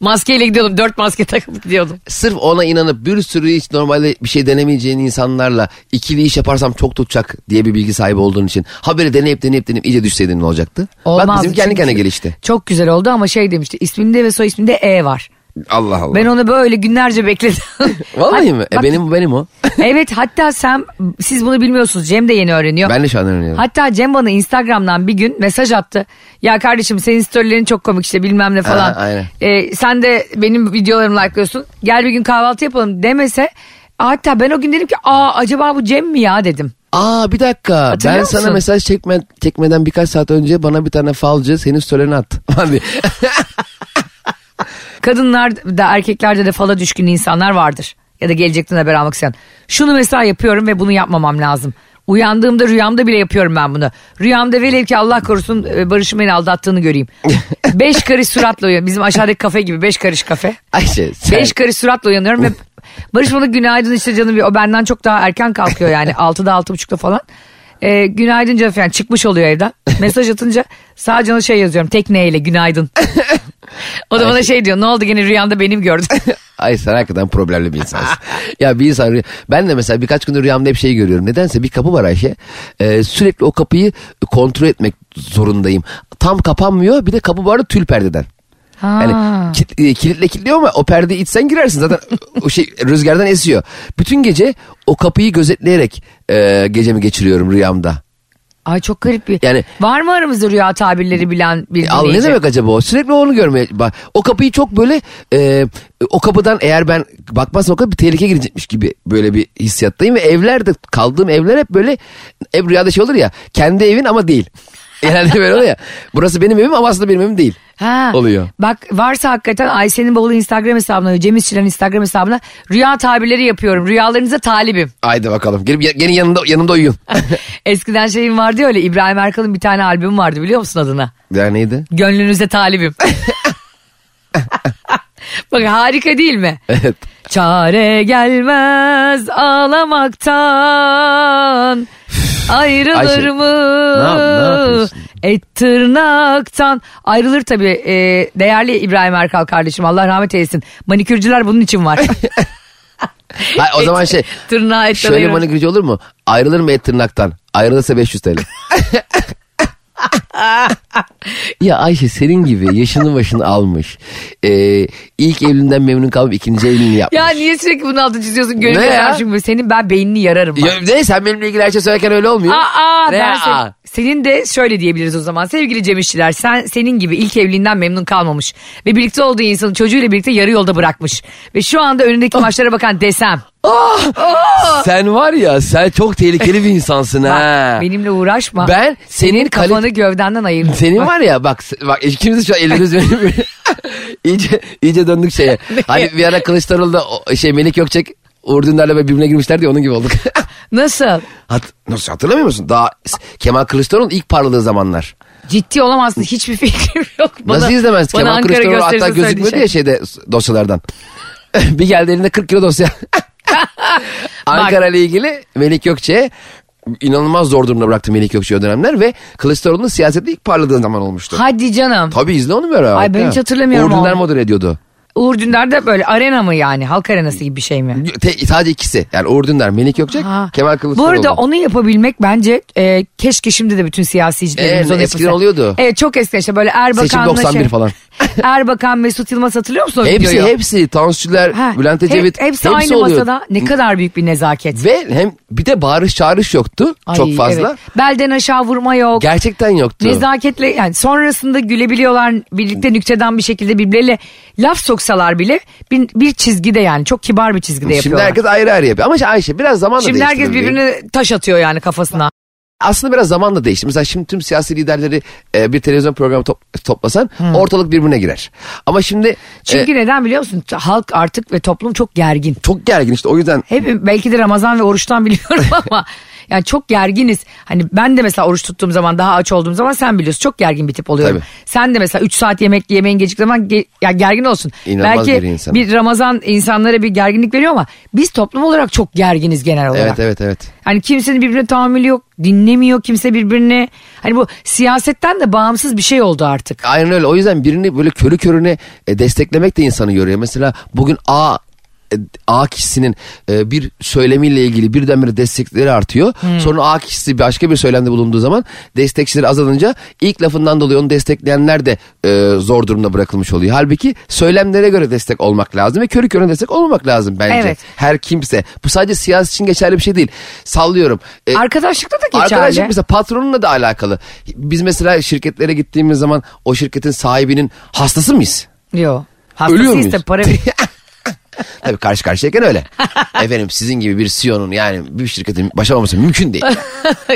S2: Maskeyle gidiyordum dört maske takıp gidiyordum.
S3: sırf ona inanıp bir sürü hiç normalde bir şey denemeyeceğin insanlarla ikili iş yaparsam çok tutacak diye bir bilgi sahibi olduğun için haberi deneyip deneyip deneyip iyice düşseydin ne olacaktı? Bak bizim kendi
S2: çünkü
S3: kendine gelişti.
S2: Çok güzel oldu ama şey demişti isminde ve soy isminde E var.
S3: Allah Allah.
S2: Ben onu böyle günlerce bekledim.
S3: Vallahi
S2: Hat-
S3: mi? E
S2: hat-
S3: benim bu benim o.
S2: evet hatta sen siz bunu bilmiyorsunuz Cem de yeni öğreniyor.
S3: ben de şu an öğreniyorum.
S2: Hatta Cem bana Instagram'dan bir gün mesaj attı. Ya kardeşim senin storylerin çok komik işte bilmem ne falan.
S3: Ha, aynen.
S2: Ee, sen de benim videolarımı like'lıyorsun. Gel bir gün kahvaltı yapalım demese. Hatta ben o gün dedim ki aa acaba bu Cem mi ya dedim.
S3: Aa bir dakika
S2: Hatırlıyor
S3: ben sana
S2: musun?
S3: mesaj çekme, çekmeden birkaç saat önce bana bir tane falcı senin storylerini attı. Hani
S2: Kadınlar da erkeklerde de fala düşkün insanlar vardır. Ya da gelecekten haber almak isteyen. Şunu mesela yapıyorum ve bunu yapmamam lazım. Uyandığımda rüyamda bile yapıyorum ben bunu. Rüyamda velev ki Allah korusun e, Barış'ın beni aldattığını göreyim. beş karış suratla uyanıyorum. Bizim aşağıdaki kafe gibi beş karış kafe.
S3: Ayşe sen
S2: Beş karış suratla uyanıyorum ve Barış bana günaydın işte canım diyor. O benden çok daha erken kalkıyor yani. Altıda altı buçukta falan. Ee, günaydın canım falan çıkmış oluyor evden. Mesaj atınca sağ cana şey yazıyorum. Tekneyle günaydın. o da bana şey diyor. Ne oldu gene rüyanda benim gördün.
S3: Ay sen hakikaten problemli bir insansın. ya bir insan rüya- ben de mesela birkaç gündür rüyamda hep şey görüyorum. Nedense bir kapı var Ayşe. Ee, sürekli o kapıyı kontrol etmek zorundayım. Tam kapanmıyor bir de kapı bu arada tül perdeden.
S2: Ha.
S3: Yani kit- e, kilitle kilitliyor ama o perdeyi içsen girersin zaten o şey rüzgardan esiyor. Bütün gece o kapıyı gözetleyerek e, gecemi geçiriyorum rüyamda.
S2: Ay çok garip bir.
S3: Yani-
S2: Var mı aramızda rüya tabirleri bilen bir
S3: E, Al ne
S2: dinleyici?
S3: demek acaba o? Sürekli onu görmeye bak. O kapıyı çok böyle e, o kapıdan eğer ben bakmazsam o kapı bir tehlike girecekmiş gibi böyle bir hissiyattayım ve evlerde kaldığım evler hep böyle hep rüyada şey olur ya kendi evin ama değil. Genelde böyle oluyor ya. Burası benim evim ama aslında benim evim değil.
S2: Ha.
S3: Oluyor.
S2: Bak varsa hakikaten Ayşe'nin bavulu Instagram hesabına, Cem İşçilerin Instagram hesabına rüya tabirleri yapıyorum. Rüyalarınıza talibim.
S3: Haydi bakalım. Gelip gelin yanında yanımda uyuyun.
S2: Ah. Eskiden şeyim vardı ya öyle İbrahim Erkal'ın bir tane albümü vardı biliyor musun adına?
S3: ya neydi?
S2: Gönlünüze talibim. Bak harika değil mi?
S3: Evet.
S2: Çare gelmez ağlamaktan ayrılır
S3: Ayşe, ne yap- ne
S2: mı?
S3: yapıyorsun?
S2: Et tırnaktan ayrılır tabii e, değerli İbrahim Erkal kardeşim Allah rahmet eylesin manikürcüler bunun için var.
S3: Ha, o zaman şey
S2: Tırnağı etten
S3: şöyle
S2: ayrılır.
S3: manikürcü olur mu? Ayrılır mı et tırnaktan? Ayrılırsa 500 TL. ya Ayşe senin gibi yaşını başını almış. Ee, ilk evliliğinden memnun kalıp ikinci evliliğini yapmış.
S2: Ya niye sürekli bunun altını çiziyorsun?
S3: Ne ya?
S2: Gönül çünkü senin ben beynini yararım. bak.
S3: Ya ne sen benimle ilgili her şey söylerken öyle olmuyor.
S2: Aa,
S3: Ne
S2: ben sen-
S3: aa?
S2: senin de şöyle diyebiliriz o zaman. Sevgili Cem İşçiler, sen senin gibi ilk evliliğinden memnun kalmamış ve birlikte olduğu insanı çocuğuyla birlikte yarı yolda bırakmış. Ve şu anda
S3: Ah.
S2: önündeki maçlara bakan desem.
S3: Sen var ya sen çok tehlikeli bir insansın
S2: bak,
S3: ha.
S2: benimle uğraşma.
S3: Ben senin kale-
S2: kafanı gövdenden ayırdım.
S3: Senin var ya bak bak ikimiz de şu an elimiz iyice iyice döndük şeye. Hani bir ara Kılıçdaroğlu'da o- şey Melik Gökçek Uğur Dündar'la böyle birbirine girmişler diye onun gibi olduk.
S2: Nasıl?
S3: Hat, nasıl hatırlamıyor musun? Daha s- Kemal Kılıçdaroğlu'nun ilk parladığı zamanlar.
S2: Ciddi olamazsın. Hiçbir fikrim yok.
S3: nasıl izlemez?
S2: bana
S3: Kemal
S2: Ankara şey.
S3: Kılıçdaroğlu hatta
S2: gösterisi
S3: gözükmüyordu
S2: söyleyecek.
S3: ya şeyde dosyalardan. bir geldi elinde 40 kilo dosya. Ankara ile ilgili Melik Gökçe inanılmaz zor durumda bıraktı Melik Gökçe'yi o dönemler ve Kılıçdaroğlu'nun siyasette ilk parladığı zaman olmuştu.
S2: Hadi canım.
S3: Tabii izle onu böyle.
S2: Ay, ben
S3: hatta.
S2: hiç hatırlamıyorum
S3: Uğur Dündar
S2: onu.
S3: moder ediyordu.
S2: Uğur Dündar da böyle arena mı yani? Halk arenası gibi bir şey mi?
S3: Te- sadece ikisi. Yani Uğur Dündar, Melik Gökçek,
S2: Ha.
S3: Kemal Kılıçdaroğlu.
S2: Bu arada onu yapabilmek bence e, keşke şimdi de bütün siyasicilerimiz
S3: Ee,
S2: onu
S3: eskiden
S2: yapasa.
S3: oluyordu.
S2: Evet çok eskiden işte böyle
S3: Seçim
S2: Erbakan'la
S3: 91
S2: şey-
S3: falan.
S2: Erbakan Mesut Yılmaz hatırlıyor musun o
S3: Hepsi
S2: videoyu?
S3: hepsi Tansuçiler,
S2: Ha,
S3: Bülent Ecevit
S2: hep- hepsi, aynı
S3: oluyor.
S2: masada ne kadar büyük bir nezaket.
S3: Ve hem bir de bağırış çağırış yoktu
S2: Ay,
S3: çok fazla.
S2: evet. Belden aşağı vurma yok.
S3: Gerçekten yoktu.
S2: Nezaketle yani sonrasında gülebiliyorlar birlikte nükteden bir şekilde birbirleriyle laf soksalar bile bir, bir çizgide yani çok kibar bir çizgide
S3: Şimdi
S2: yapıyorlar.
S3: herkes ayrı ayrı yapıyor. Ama işte Ayşe biraz zamanla
S2: Şimdi
S3: değişti
S2: herkes
S3: tabii.
S2: birbirine taş atıyor yani kafasına.
S3: Aslında biraz zamanla değişti. Mesela şimdi tüm siyasi liderleri e, bir televizyon programı top- toplasan
S2: Hmm.
S3: ortalık birbirine girer. Ama şimdi
S2: Çünkü
S3: e,
S2: neden biliyor musun? Halk artık ve toplum çok gergin.
S3: çok gergin işte o yüzden
S2: Hep belki de Ramazan ve oruçtan biliyorum ama yani çok gerginiz. Hani ben de mesela oruç tuttuğum zaman daha aç olduğum zaman sen biliyorsun çok gergin bir tip oluyorum.
S3: Tabii.
S2: Sen de mesela 3 saat yemek yemeğin gecik zaman ge- ya gergin olsun.
S3: İnanılmaz
S2: belki
S3: bir insanım.
S2: bir Ramazan insanlara bir gerginlik veriyor ama biz toplum olarak çok gerginiz genel olarak.
S3: evet evet evet.
S2: Hani kimsenin birbirine tahammülü yok, dinlemiyor kimse birbirini. Hani bu siyasetten de bağımsız bir şey oldu artık.
S3: Aynen öyle. O yüzden birini böyle körü körüne e, desteklemek de insanı yoruyor. Mesela bugün A e, A kişisinin e, bir söylemiyle ilgili birdenbire destekleri artıyor. Sonra A kişisi başka bir söylemde bulunduğu zaman destekçileri azalınca ilk lafından dolayı onu destekleyenler de e, zor durumda bırakılmış oluyor. Halbuki söylemlere göre destek olmak lazım ve körü körüne destek olmamak lazım bence.
S2: Evet.
S3: Her kimse. Bu sadece siyaset için geçerli bir şey değil. Sallıyorum. E,
S2: Arkadaşlıkta da geçerli.
S3: Arkadaşlık mesela patronunla da alakalı. Biz mesela şirketlere gittiğimiz zaman o şirketin sahibinin hastası mıyız?
S2: Yok. Hastasıyız
S3: Ölüyor muyuz?
S2: tabii, para
S3: Tabii karşı karşıyayken öyle. Efendim sizin gibi bir CEO'nun yani bir şirketin başaramaması mümkün değil.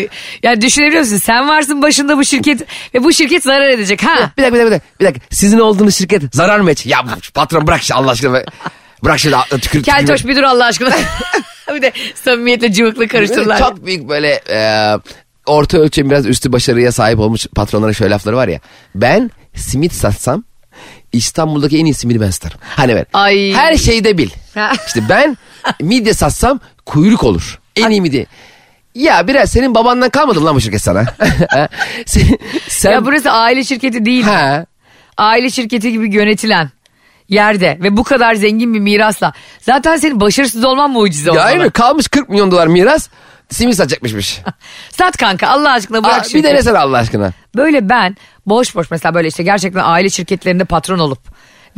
S2: ya düşünebiliyor musun? Sen varsın başında bu şirket ve bu şirket zarar edecek ha.
S3: Bir dakika bir dakika bir dakika. Bir dakika. Sizin olduğunuz şirket zarar mı edecek? Ya bu- patron bırak şimdi Allah aşkına. be. Bırak şimdi atla tükür.
S2: Keltoş bir dur Allah aşkına. bir de samimiyetle cıvıklı karıştırırlar.
S3: Çok büyük böyle e, orta ölçeğin biraz üstü başarıya sahip olmuş patronlara şöyle lafları var ya. Ben simit satsam İstanbul'daki en iyi simidi ben satarım. Hani ben.
S2: Ay.
S3: Her şeyi de bil.
S2: Ha.
S3: işte ben midye satsam kuyruk olur. En iyi midye. Ya biraz senin babandan kalmadı mı lan bu şirket sana? sen, sen-
S2: Ya burası aile şirketi değil.
S3: Ha.
S2: Aile şirketi gibi yönetilen yerde ve bu kadar zengin bir mirasla. Zaten senin başarısız olman mucize
S3: Ya
S2: olmalı.
S3: aynı kalmış 40 milyon dolar miras simit satacakmışmış.
S2: Sat kanka Allah aşkına
S3: Aa,
S2: bırak
S3: bir
S2: şirketi.
S3: denesene Allah aşkına.
S2: Böyle ben boş boş mesela böyle işte gerçekten aile şirketlerinde patron olup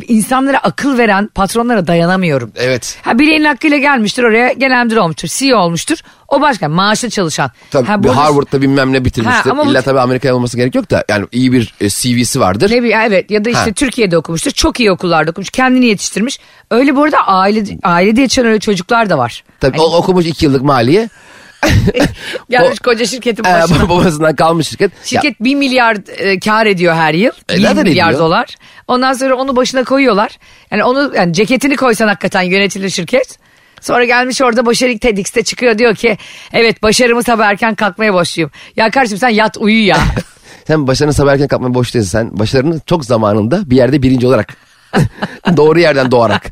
S2: insanlara akıl veren patronlara dayanamıyorum.
S3: Evet.
S2: Ha bileğinin hakkıyla gelmiştir oraya genel müdür olmuştur. CEO olmuştur. O başka maaşlı çalışan.
S3: Tabii
S2: ha,
S3: bir
S2: burada-
S3: Harvard'da bilmem ne bitirmiştir.
S2: Ha, ama bu-
S3: İlla tabii Amerika'ya olması gerek yok da yani iyi bir e, CV'si vardır.
S2: Ne bileyim evet ya da işte
S3: Ha.
S2: Türkiye'de okumuştur. Çok iyi okullarda okumuş. Kendini yetiştirmiş. Öyle bu arada aile, ailede yaşayan öyle çocuklar da var.
S3: Tabii
S2: Hani
S3: o okumuş iki yıllık maliye.
S2: gelmiş
S3: o-
S2: koca şirketin
S3: Ee,
S2: başına.
S3: babasından kalmış şirket. Ya,
S2: Şirket 1 milyar e, kar ediyor her yıl.
S3: E,
S2: 1
S3: zaten
S2: milyar
S3: ediyor.
S2: dolar. Ondan sonra onu başına koyuyorlar. Yani onu yani ceketini koysan hakikaten yönetilir şirket. Sonra gelmiş orada başarı TEDx'te çıkıyor diyor ki evet başarımı sabah erken kalkmaya başlıyorum. Ya kardeşim sen yat uyu ya.
S3: sen başarını sabah erken kapmaya boş değilsin. Sen başarını çok zamanında bir yerde birinci olarak. Doğru yerden doğarak.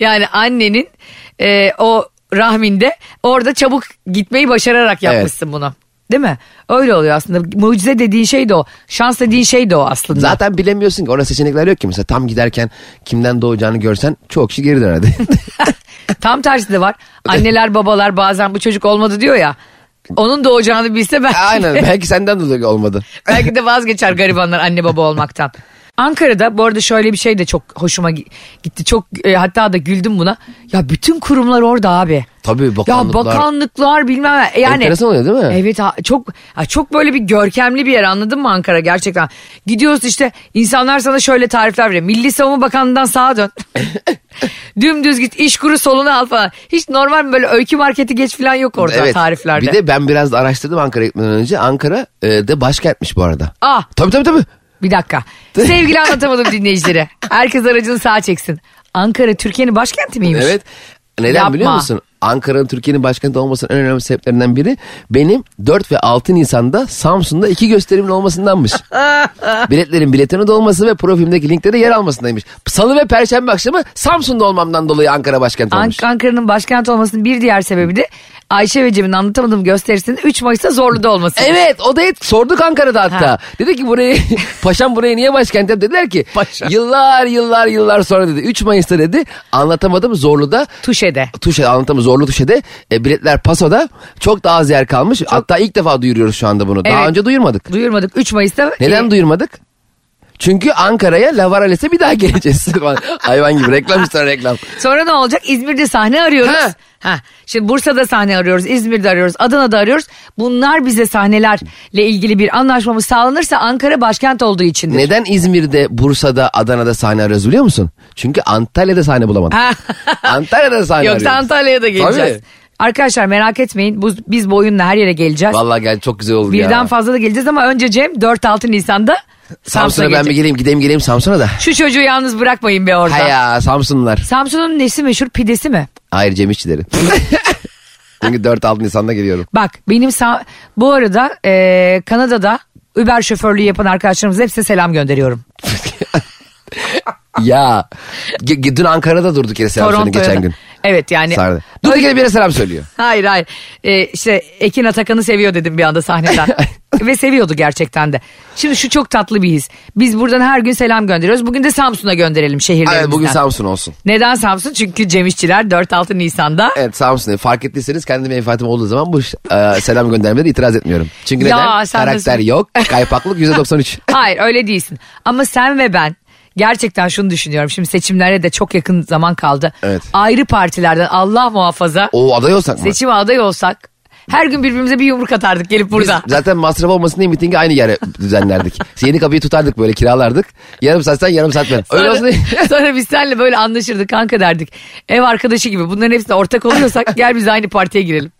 S2: yani annenin e, o rahminde orada çabuk gitmeyi başararak yapmışsın bunu. Değil mi? Öyle oluyor aslında. Mucize dediğin şey de o. Şans dediğin şey de o aslında.
S3: Zaten bilemiyorsun ki orada seçenekler yok ki. Mesela tam giderken kimden doğacağını görsen çok kişi geri dönerdi.
S2: Tam tersi de var. Anneler babalar bazen bu çocuk olmadı diyor ya. Onun doğacağını bilse belki,
S3: Aynen belki senden dolayı olmadı.
S2: belki de vazgeçer garibanlar anne baba olmaktan. Ankara'da bu arada şöyle bir şey de çok hoşuma gi- gitti. Çok e, hatta da güldüm buna. Ya bütün kurumlar orada abi.
S3: Tabii
S2: Ya
S3: bakanlıklar.
S2: bakanlıklar bilmem ne. E, yani.
S3: Enteresan oluyor değil mi?
S2: Evet ha- çok ha, çok böyle bir görkemli bir yer anladın mı Ankara gerçekten. Gidiyoruz işte insanlar sana şöyle tarifler veriyor. Milli Savunma Bakanlığı'ndan sağa dön. Dümdüz git iş kuru soluna al falan. Hiç normal mi böyle öykü marketi geç falan yok orada tariflerde.
S3: Bir de ben biraz da araştırdım Ankara gitmeden önce. Ankara e, de başkentmiş bu arada.
S2: Ah.
S3: Tabii tabii tabii.
S2: Bir dakika. Sevgili anlatamadım dinleyicilere. Herkes aracını sağa çeksin. Ankara Türkiye'nin başkenti miymiş?
S3: Evet. Neden
S2: Yapma.
S3: biliyor musun? Ankara'nın Türkiye'nin başkenti olmasının en önemli sebeplerinden biri benim 4 ve 6 Nisan'da Samsun'da iki gösterimin olmasındanmış. Biletlerin biletinin olması ve profilimdeki linklere yer almasındaymış. Salı ve Perşembe akşamı Samsun'da olmamdan dolayı Ankara başkenti olmuş.
S2: Ank- Ankara'nın başkent olmasının bir diğer sebebi de Ayşe ve Cem'in anlatamadığım gösterisinin 3 Mayıs'ta Zorlu'da olması.
S3: Evet o da et- sorduk Ankara'da hatta.
S2: Ha.
S3: Dedi ki burayı paşam burayı niye başkent yap dediler ki.
S1: Paşam.
S3: Yıllar yıllar yıllar sonra dedi. 3 Mayıs'ta dedi anlatamadım Zorlu'da.
S2: Tuşe'de.
S3: Tuşe anlatamadım Zorlu Tuşe'de e, biletler pasoda çok daha az yer kalmış. Hatta ilk defa duyuruyoruz şu anda bunu. Daha
S2: Evet.
S3: önce duyurmadık.
S2: Duyurmadık 3 Mayıs'ta.
S3: Neden
S2: e,
S3: duyurmadık? Çünkü Ankara'ya Lavarales'e bir daha geleceğiz. Hayvan gibi reklam üstüne reklam.
S2: Sonra ne olacak? İzmir'de sahne arıyoruz.
S3: Ha.
S2: Ha. Şimdi Bursa'da sahne arıyoruz, İzmir'de arıyoruz, Adana'da arıyoruz. Bunlar bize sahnelerle ilgili bir anlaşmamız sağlanırsa Ankara başkent olduğu içindir.
S3: Neden İzmir'de, Bursa'da, Adana'da sahne arıyoruz biliyor musun? Çünkü Antalya'da sahne bulamadık.
S2: Ha.
S3: Antalya'da sahne
S2: Yoksa
S3: arıyoruz.
S2: Antalya'ya da geleceğiz.
S3: Tabii.
S2: Arkadaşlar merak etmeyin bu- biz bu oyunla her yere geleceğiz.
S3: Vallahi gel çok güzel oldu ya.
S2: Birden fazla da geleceğiz ama önce Cem 4-6 Nisan'da Samsun'a
S3: Samsun'a ben bir
S2: gelecek.
S3: geleyim gideyim geleyim Samsun'a da.
S2: Şu çocuğu yalnız bırakmayın be orada.
S3: Haya Samsunlular.
S2: Samsun'un nesi meşhur pidesi mi?
S3: Hayır Cem İşçileri. Çünkü 4-6 Nisan'da geliyorum.
S2: Bak benim sa- bu arada e, Kanada'da Uber şoförlüğü yapan arkadaşlarımıza hepsine selam gönderiyorum.
S3: Ya. Ge- ge- Dün Ankara'da durduk yere selam söyledi
S2: Toronto'ya
S3: geçen
S2: da. Hani
S3: gün.
S2: Evet yani.
S3: Sahnede. Durduk yere bir yere selam söylüyor.
S2: Hayır hayır. E, işte Ekin Atakan'ı seviyor dedim bir anda sahneden. Ve seviyordu gerçekten de. Şimdi şu çok tatlı bir his. Biz buradan her gün selam gönderiyoruz. Bugün de Samsun'a gönderelim şehirlerimizden.
S3: Evet, bugün Samsun olsun.
S2: Neden Samsun? Çünkü Cem İşçiler 4-6 Nisan'da.
S3: Evet Samsun. Fark ettiyseniz kendi menfaatim olduğu zaman bu e, selam göndermeleri itiraz etmiyorum. Çünkü
S2: Ya,
S3: neden?
S2: sen
S3: Karakter
S2: nasıl-
S3: yok. Kaypaklık %93.
S2: Hayır öyle değilsin. Ama sen ve ben gerçekten şunu düşünüyorum. Şimdi seçimlere de çok yakın zaman kaldı.
S3: Evet.
S2: Ayrı partilerden Allah muhafaza
S3: O aday olsak mı?
S2: seçim aday olsak her gün birbirimize bir yumruk atardık gelip
S3: Biz
S2: burada.
S3: zaten masraf olmasın diye mitingi aynı yere düzenlerdik. Yeni kapıyı tutardık böyle kiralardık. Yarım saat sen yarım saat ben. Öyle olsun
S2: Sonra,
S3: diye.
S2: sonra biz seninle böyle anlaşırdık kanka derdik. Ev arkadaşı gibi bunların hepsine ortak oluyorsak gel biz aynı partiye girelim.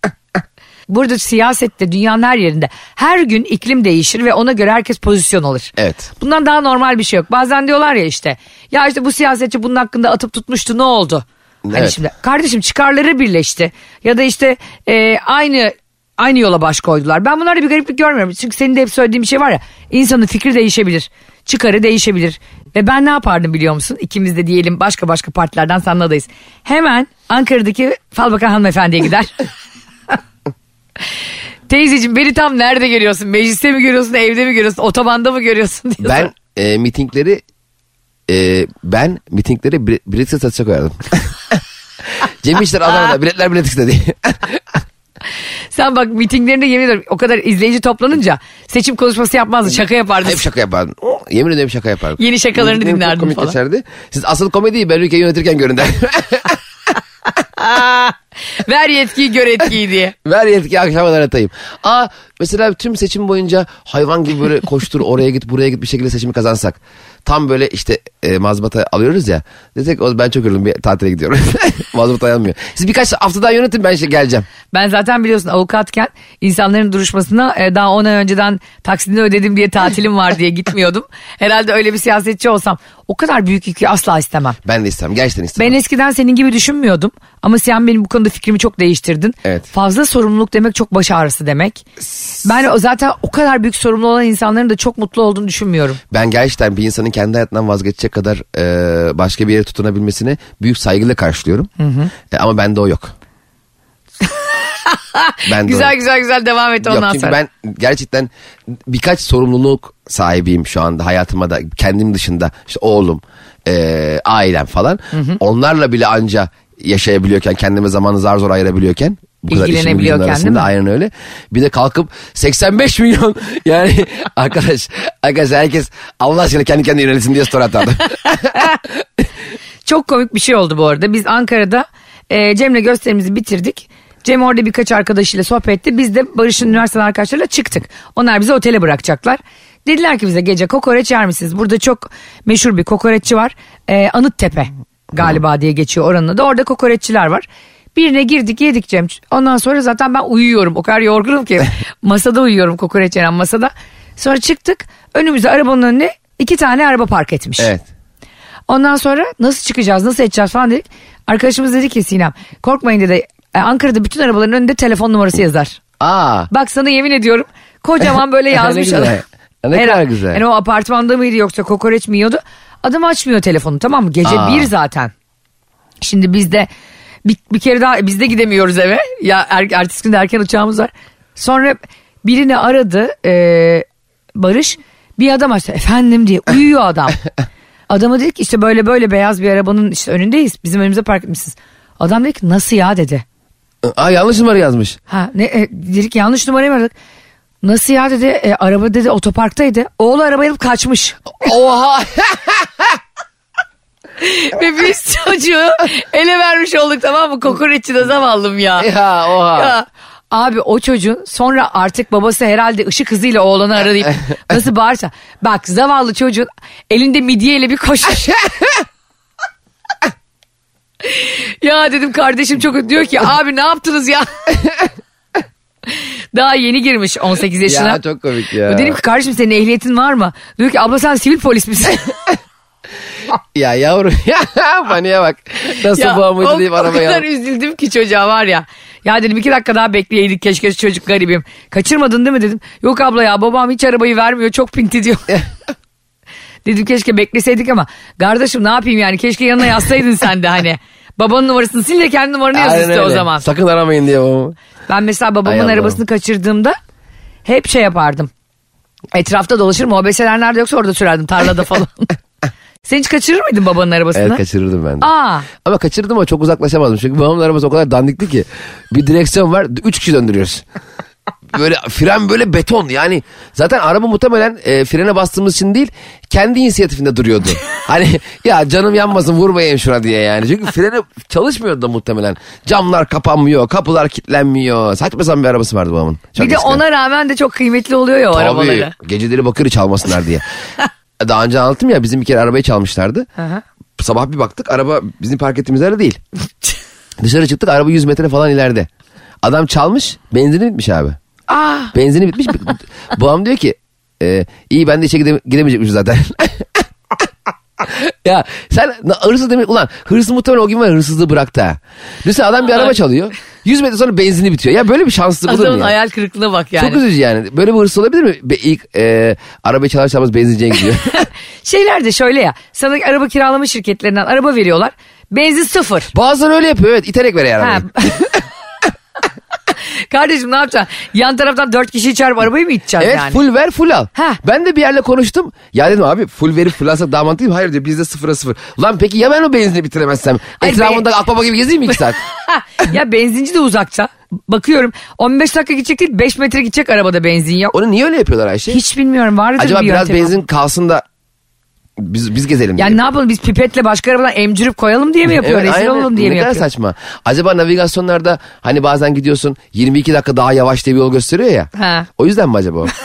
S2: Burada siyasette dünyanın her yerinde her gün iklim değişir ve ona göre herkes pozisyon alır.
S3: Evet.
S2: Bundan daha normal bir şey yok. Bazen diyorlar ya işte ya işte bu siyasetçi bunun hakkında atıp tutmuştu ne oldu? Hani
S3: Evet.
S2: şimdi kardeşim çıkarları birleşti ya da işte e, aynı aynı yola baş koydular. Ben bunlarda bir gariplik görmüyorum. Çünkü senin de hep söylediğin bir şey var ya insanın fikri değişebilir. Çıkarı değişebilir. Ve ben ne yapardım biliyor musun? İkimiz de diyelim başka başka partilerden seninle adayız. Hemen Ankara'daki Falbakan hanımefendiye gider. Teyzeciğim beni tam nerede görüyorsun? Mecliste mi görüyorsun, evde mi görüyorsun, otobanda mı görüyorsun diye.
S3: Ben e, mitingleri e, ben mitingleri bil- biletsiz satışa koyardım. Cem İşler Adana'da biletler biletsiz dedi.
S2: Sen bak mitinglerinde yemin ediyorum o kadar izleyici toplanınca seçim konuşması yapmazdı şaka yapardı.
S3: hep şaka yapardım. Yemin ediyorum şaka yapardım.
S2: Yeni şakalarını
S3: Benim çok
S2: dinlerdim
S3: komik
S2: falan.
S3: geçerdi. Siz asıl komediyi ben ülkeyi yönetirken görün der.
S2: Ver yetkiyi gör etkiyi diye.
S3: Ver yetki akşama aratayım. Aa mesela tüm seçim boyunca hayvan gibi böyle koştur oraya git buraya git bir şekilde seçimi kazansak. Tam böyle işte e, mazbata alıyoruz ya. Desek "O, ben çok yoruldum bir tatile gidiyorum. mazbata almıyor. Siz birkaç hafta daha yönetin ben işte geleceğim.
S2: Ben zaten biliyorsun avukatken insanların duruşmasına e, daha 10 ay önceden taksidini ödedim diye tatilim var diye gitmiyordum. Herhalde öyle bir siyasetçi olsam o kadar büyük yükü asla istemem.
S3: Ben de istemem gerçekten istemem.
S2: Ben eskiden senin gibi düşünmüyordum ama sen benim bu konuda fikrimi çok değiştirdin.
S3: Evet.
S2: Fazla sorumluluk demek çok baş ağrısı demek. Ben o zaten o kadar büyük sorumlu olan insanların da çok mutlu olduğunu düşünmüyorum.
S3: Ben gerçekten bir insanın kendi hayatından vazgeçecek kadar e, başka bir yere tutunabilmesini büyük saygıyla karşılıyorum. E, ama bende o yok. ben
S2: Güzel güzel güzel devam et ondan
S3: Yok çünkü
S2: sonra.
S3: ben gerçekten birkaç sorumluluk sahibiyim şu anda hayatıma da kendim dışında işte oğlum e, ailem falan onlarla bile anca yaşayabiliyorken kendime zamanı zar zor ayırabiliyorken bu kadar işin gücün
S2: İlgilenebiliyorken,
S3: arasında,
S2: değil mi?
S3: Aynen öyle. Bir de kalkıp 85 milyon yani arkadaş arkadaş herkes Allah aşkına kendi kendine yönelsin diye story atardı.
S2: Çok komik bir şey oldu bu arada. Biz Ankara'da e, Cem'le gösterimizi bitirdik. Cem orada birkaç arkadaşıyla sohbet etti. Biz de Barış'ın üniversiteden arkadaşlarıyla çıktık. Onlar bizi otele bırakacaklar. Dediler ki bize gece kokoreç yer misiniz? Burada çok meşhur bir kokoreççi var. E, Anıttepe galiba diye geçiyor oranın adı. Orada kokoreççiler var. Birine girdik yedik Cem. Ondan sonra zaten ben uyuyorum. O kadar yorgunum ki. masada uyuyorum kokoreç yenen masada. Sonra çıktık. Önümüze arabanın önüne iki tane araba park etmiş.
S3: evet.
S2: Ondan sonra nasıl çıkacağız nasıl edeceğiz falan dedik. Arkadaşımız dedi ki Sinem korkmayın dedi. "E, Ankara'da bütün arabaların önünde telefon numarası yazar.
S3: Aa.
S2: Bak sana yemin ediyorum kocaman böyle
S3: Ne
S2: yazmış
S3: güzel.
S2: adam.
S3: Ne kadar
S2: Herhalde.
S3: güzel.
S2: Yani o apartmanda mıydı yoksa kokoreç mi yiyordu? Adam açmıyor telefonu tamam mı? Gece
S3: Aa.
S2: bir zaten. Şimdi biz de bir, bir kere daha biz de gidemiyoruz eve. Ya er, ertesi gün de erken uçağımız var. Sonra birini aradı e, Barış. Bir adam açtı efendim diye uyuyor adam. Adama dedik ki işte böyle böyle beyaz bir arabanın işte önündeyiz. Bizim önümüze park etmişsiniz. Adam dedi ki nasıl ya dedi.
S3: Aa yanlış numara yazmış.
S2: Ha ne e, dedik yanlış numarayı verdik. Nasıl ya dedi e, araba dedi otoparktaydı. Oğlu arabayı alıp kaçmış.
S3: Oha.
S2: Ve biz çocuğu ele vermiş olduk tamam mı? Kokoreççi de zavallım ya.
S3: ya oha.
S2: Ya, Abi o çocuğun sonra artık babası herhalde ışık hızıyla oğlanı arayıp nasıl bağırsa. Bak zavallı çocuğun elinde midyeyle bir koşmuş. ya dedim kardeşim çok diyor ki abi ne yaptınız ya? Daha yeni girmiş 18 yaşına.
S3: Ya çok komik ya.
S2: Dedim ki kardeşim senin ehliyetin var mı? Diyor ki abla sen sivil polis misin?
S3: Ya yavrum ya paniğe bak. Nasıl
S2: Ya,
S3: bu amacı
S2: o-
S3: deyip
S2: O
S3: arabaya
S2: kadar üzüldüm ki çocuğa var ya. Ya dedim iki dakika daha bekleyeydik keşke şu çocuk garibim. Kaçırmadın değil mi dedim. Yok abla ya babam hiç arabayı vermiyor çok pinti diyor. dedim keşke bekleseydik ama. Kardeşim ne yapayım yani keşke yanına yazsaydın sen de hani. Babanın numarasını sil de kendi numaranı yaz
S3: Aynen
S2: iste o
S3: öyle.
S2: zaman.
S3: Sakın aramayın diye babamı.
S2: Ben mesela
S3: Hay
S2: babamın
S3: Allah'ım.
S2: arabasını kaçırdığımda hep şey yapardım. Etrafta dolaşırım. O beseler nerede yoksa orada sürerdim. Tarlada falan. Sen hiç kaçırır mıydın babanın arabasını?
S3: Evet kaçırırdım ben de.
S2: Aa.
S3: Ama kaçırdım ama çok uzaklaşamadım. Çünkü babamın arabası o kadar dandikti ki. Bir direksiyon var. Üç kişi döndürüyoruz. böyle fren böyle beton yani zaten araba muhtemelen e, frene bastığımız için değil kendi inisiyatifinde duruyordu. hani ya canım yanmasın vurmayayım şuna diye yani çünkü freni çalışmıyordu da muhtemelen camlar kapanmıyor kapılar kilitlenmiyor saçma sapan bir arabası vardı babamın. Çok
S2: Bir de
S3: eskiden.
S2: ona rağmen de çok kıymetli oluyor ya o
S3: Tabii,
S2: arabaları.
S3: Geceleri Bakır'ı çalmasınlar diye. Daha önce anlattım ya bizim bir kere arabayı çalmışlardı.
S2: Aha.
S3: Sabah bir baktık araba bizim park ettiğimiz yerde değil. Dışarı çıktık araba 100 metre falan ileride. Adam çalmış benzini bitmiş abi.
S2: Aa,
S3: Benzini bitmiş. Babam diyor ki e, iyi ben de işe gideme- gidemeyecekmişim zaten. ya sen na- hırsız demek ulan hırsız muhtemelen o gün var ya, hırsızlığı bıraktı ha. Düşünsene adam bir araba çalıyor. 100 metre sonra benzini bitiyor. Ya böyle bir şanssızlık olur mu
S2: adamın
S3: ya?
S2: hayal kırıklığına bak yani.
S3: Çok üzücü yani. Böyle bir hırsız olabilir mi? Be, ilk e, arabayı çalar çalmaz benzinciye gidiyor.
S2: Şeyler de şöyle ya. Sana araba kiralama şirketlerinden araba veriyorlar. Benzin sıfır.
S3: Bazıları öyle yapıyor evet. İterek veriyor
S2: Ha.
S3: arabayı.
S2: Kardeşim ne yapacaksın? Yan taraftan dört kişi çarpıp arabayı mı iteceksin
S3: Evet
S2: yani?
S3: E, full ver full al.
S2: Ha.
S3: Ben de bir yerle konuştum. Ya dedim abi full verip full alsak daha mantıklı değil mi? Hayır diyor bizde sıfıra sıfır. Lan peki ya ben o benzini bitiremezsem?
S2: Ay,
S3: Etrafında
S2: be-
S3: akbaba gibi gezeyim mi iki saat?
S2: ya benzinci de uzakça. Bakıyorum 15 dakika gidecek değil 5 metre gidecek arabada benzin yok.
S3: Onu niye öyle yapıyorlar Ayşe?
S2: Hiç bilmiyorum vardır
S3: Acaba
S2: bir
S3: biraz
S2: yöntemi.
S3: benzin kalsın da biz, biz gezelim diye.
S2: Yani ne yapalım biz pipetle başka arabadan emcürüp koyalım diye mi yapıyor?
S3: Evet,
S2: Rezil
S3: aynen.
S2: olalım diye mi
S3: Ne kadar
S2: yapıyor?
S3: saçma. Acaba navigasyonlarda hani bazen gidiyorsun 22 dakika daha yavaş diye bir yol gösteriyor ya.
S2: Ha.
S3: O yüzden mi acaba o?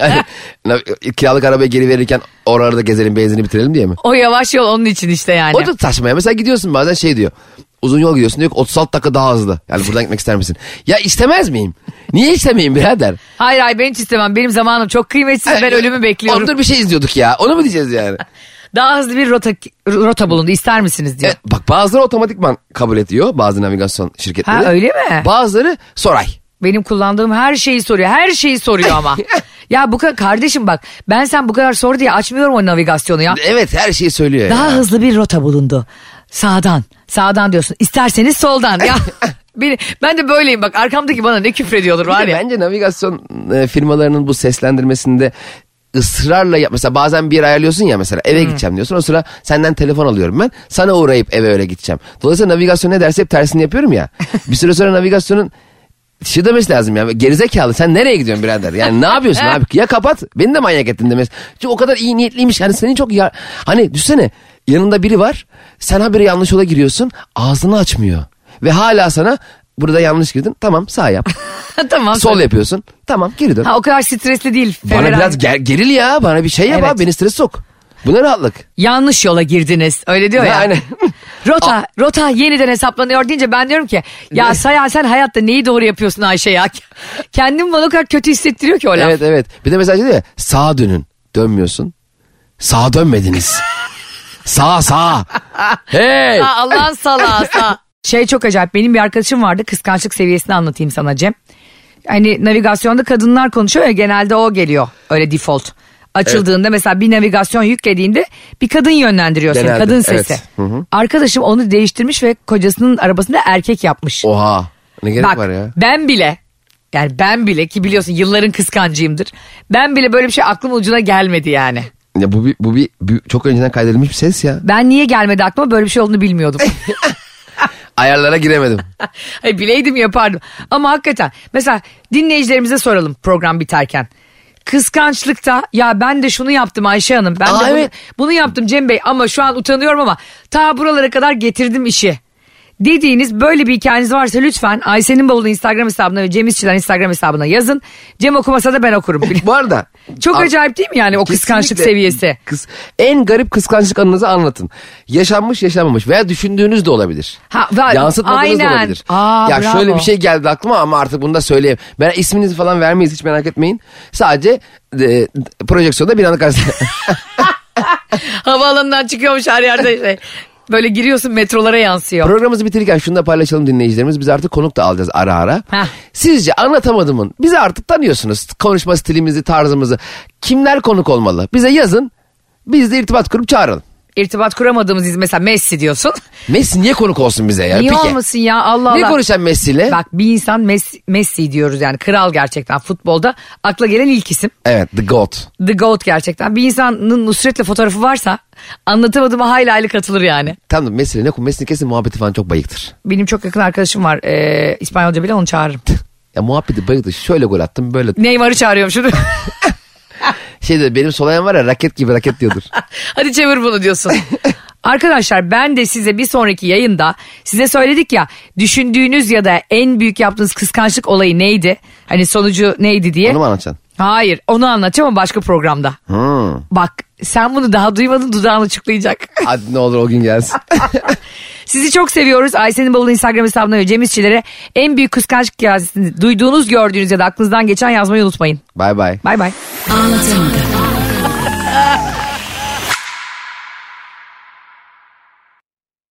S3: Yani, nav- kiralık arabaya geri verirken oralarda gezelim benzini bitirelim diye mi?
S2: O yavaş yol onun için işte yani.
S3: O da saçma ya. Mesela gidiyorsun bazen şey diyor. Uzun yol gidiyorsun diyor ki 36 dakika daha hızlı. Yani buradan gitmek ister misin? Ya istemez miyim? Niye istemeyeyim birader?
S2: Hayır hayır ben hiç istemem. Benim zamanım çok kıymetsiz. Ben ölümü bekliyorum.
S3: Ondur bir şey izliyorduk ya. Onu mu diyeceğiz yani?
S2: Daha hızlı bir rota rota bulundu. İster misiniz diyor.
S3: Evet, E, bak bazıları otomatikman kabul ediyor bazı navigasyon şirketleri.
S2: Ha, öyle mi?
S3: Bazıları soray.
S2: Benim kullandığım her şeyi soruyor. Her şeyi soruyor ama. ya bu kadar kardeşim bak ben sen bu kadar sor diye açmıyorum o navigasyonu ya.
S3: Evet her şeyi söylüyor
S2: Daha
S3: ya.
S2: hızlı bir rota bulundu. Sağdan. Sağdan diyorsun. İsterseniz soldan. Ya beni, ben de böyleyim bak. Arkamdaki bana ne küfrediyordur var
S3: Bir de
S2: ya.
S3: Bence navigasyon e, firmalarının bu seslendirmesinde ısrarla yap. Mesela bazen bir yer ayarlıyorsun ya mesela
S2: Hmm.
S3: eve gideceğim diyorsun. O sıra senden telefon alıyorum ben. Sana uğrayıp eve öyle gideceğim. Dolayısıyla navigasyon ne derse hep tersini yapıyorum ya. bir süre sonra navigasyonun şey demesi lazım ya. Gerizekalı sen nereye gidiyorsun birader? Yani ne yapıyorsun abi? Ya kapat beni de manyak ettin demesi. Çünkü o kadar iyi niyetliymiş. Hani senin çok ya... Hani düşsene yanında biri var. Sen habire yanlış yola giriyorsun. Ağzını açmıyor. Ve hala sana burada yanlış girdin. Tamam sağ yap.
S2: tamam.
S3: Sol yapıyorsun. Tamam geri dön.
S2: Ha, o kadar stresli değil.
S3: bana
S2: Ferrari.
S3: biraz ger- geril ya. Bana bir şey yap
S2: Evet.
S3: abi. Beni stres sok. Bu ne rahatlık?
S2: yanlış yola girdiniz. Öyle diyor ya.
S3: Yani.
S2: Rota, rota yeniden hesaplanıyor deyince ben diyorum ki ya Saya sen hayatta neyi doğru yapıyorsun Ayşe ya? Kendimi bana o kadar kötü hissettiriyor ki o laf.
S3: Evet evet. Bir de mesela şey diyor ya. Sağa dönün. Dönmüyorsun. Sağa dönmediniz. Sağ sağ. hey.
S2: Aa, Allah'ın salağı sağ. Şey çok acayip benim bir arkadaşım vardı kıskançlık seviyesini anlatayım sana Cem. Hani navigasyonda kadınlar konuşuyor ya genelde o geliyor öyle default. Açıldığında mesela bir navigasyon yüklediğinde bir kadın yönlendiriyor seni
S3: Genelde,
S2: kadın sesi.
S3: evet.
S2: Arkadaşım onu değiştirmiş ve kocasının arabasında erkek yapmış.
S3: Oha. Ne gerek
S2: Bak
S3: var ya?
S2: ben bile yani ben bile ki biliyorsun yılların kıskancıyımdır. Ben bile böyle bir şey aklım ucuna gelmedi yani.
S3: Ya bu bir, bu bir, bir- çok önceden kaydedilmiş bir ses ya.
S2: Ben niye gelmedi aklıma böyle bir şey olduğunu bilmiyordum.
S3: Ayarlara giremedim.
S2: Hayır, bileydim yapardım. Ama hakikaten mesela dinleyicilerimize soralım program biterken. Kıskançlıkta ya ben de şunu yaptım Ayşe Hanım. Ben
S3: Aa,
S2: de bunu,
S3: evet.
S2: bunu yaptım Cem Bey ama şu an utanıyorum ama ta buralara kadar getirdim işi. Dediğiniz böyle bir hikayeniz varsa lütfen Ayşe'nin bavulu Instagram hesabına ve Cem İşçiler Instagram hesabına yazın. Cem okumasa da ben okurum.
S3: bu arada.
S2: Çok
S3: Ar-
S2: acayip değil mi yani Hani o kıskançlık
S3: Kesinlikle.
S2: seviyesi?
S3: Kıs- en garip kıskançlık anınızı anlatın. Yaşanmış yaşanmamış veya düşündüğünüz de olabilir.
S2: Ha, ve-
S3: Yansıtmadığınız da
S2: aynen.
S3: olabilir.
S2: Aa,
S3: ya
S2: bravo.
S3: şöyle bir şey geldi aklıma ama artık bunu da söyleyeyim. Ben isminizi falan vermeyiz hiç merak etmeyin. Sadece e, projeksiyonda bir anda karşısında.
S2: Havaalanından çıkıyormuş her yerde şey. Böyle giriyorsun metrolara yansıyor.
S3: Programımızı bitirirken şunu da paylaşalım dinleyicilerimiz. Biz artık konuk da alacağız ara ara.
S2: Heh.
S3: Sizce anlatamadımın bizi artık tanıyorsunuz. Konuşma stilimizi, tarzımızı. Kimler konuk olmalı? Bize yazın. Biz de irtibat kurup çağıralım.
S2: İrtibat kuramadığımız iz mesela Messi diyorsun.
S3: Messi niye konuk olsun bize ya?
S2: Niye
S3: Pike.
S2: olmasın ya Allah Allah.
S3: E, Ne konuşan Messi'yle?
S2: Bak bir insan Messi, Messi diyoruz yani kral gerçekten futbolda akla gelen ilk isim.
S3: Evet The Goat.
S2: The GOAT gerçekten. Bir insanın Nusret'le fotoğrafı varsa anlatamadığıma hayli hayli katılır yani.
S3: Tamam da Messi'yle ne konu? Messi'nin kesin muhabbeti falan çok bayıktır.
S2: Benim çok yakın arkadaşım var ee, İspanyolca bile onu çağırırım.
S3: Ya muhabbeti bayıktır. Şöyle gol attım böyle.
S2: Neymar'ı çağırıyorum şimdi.
S3: Şey dedi benim sol ayağım var ya raket gibi raket diyordur.
S2: Hadi çevir bunu diyorsun. Arkadaşlar ben de size bir sonraki yayında size söyledik ya düşündüğünüz ya da en büyük yaptığınız kıskançlık olayı neydi? Hani sonucu neydi diye.
S3: Onu mu anlatacaksın? Hmm.
S2: Hayır onu anlatacağım ama başka programda. Bak sen bunu daha duymadın dudağını açıklayacak.
S3: Hadi ne olur o gün gelsin.
S2: Sizi çok seviyoruz. Ayşe'nin bavulu Instagram hesabına ve Cem İşçilere en büyük kıskançlık hikayesini duyduğunuz gördüğünüz ya da aklınızdan geçen yazmayı unutmayın.
S3: Bay bay.
S2: Bay bay.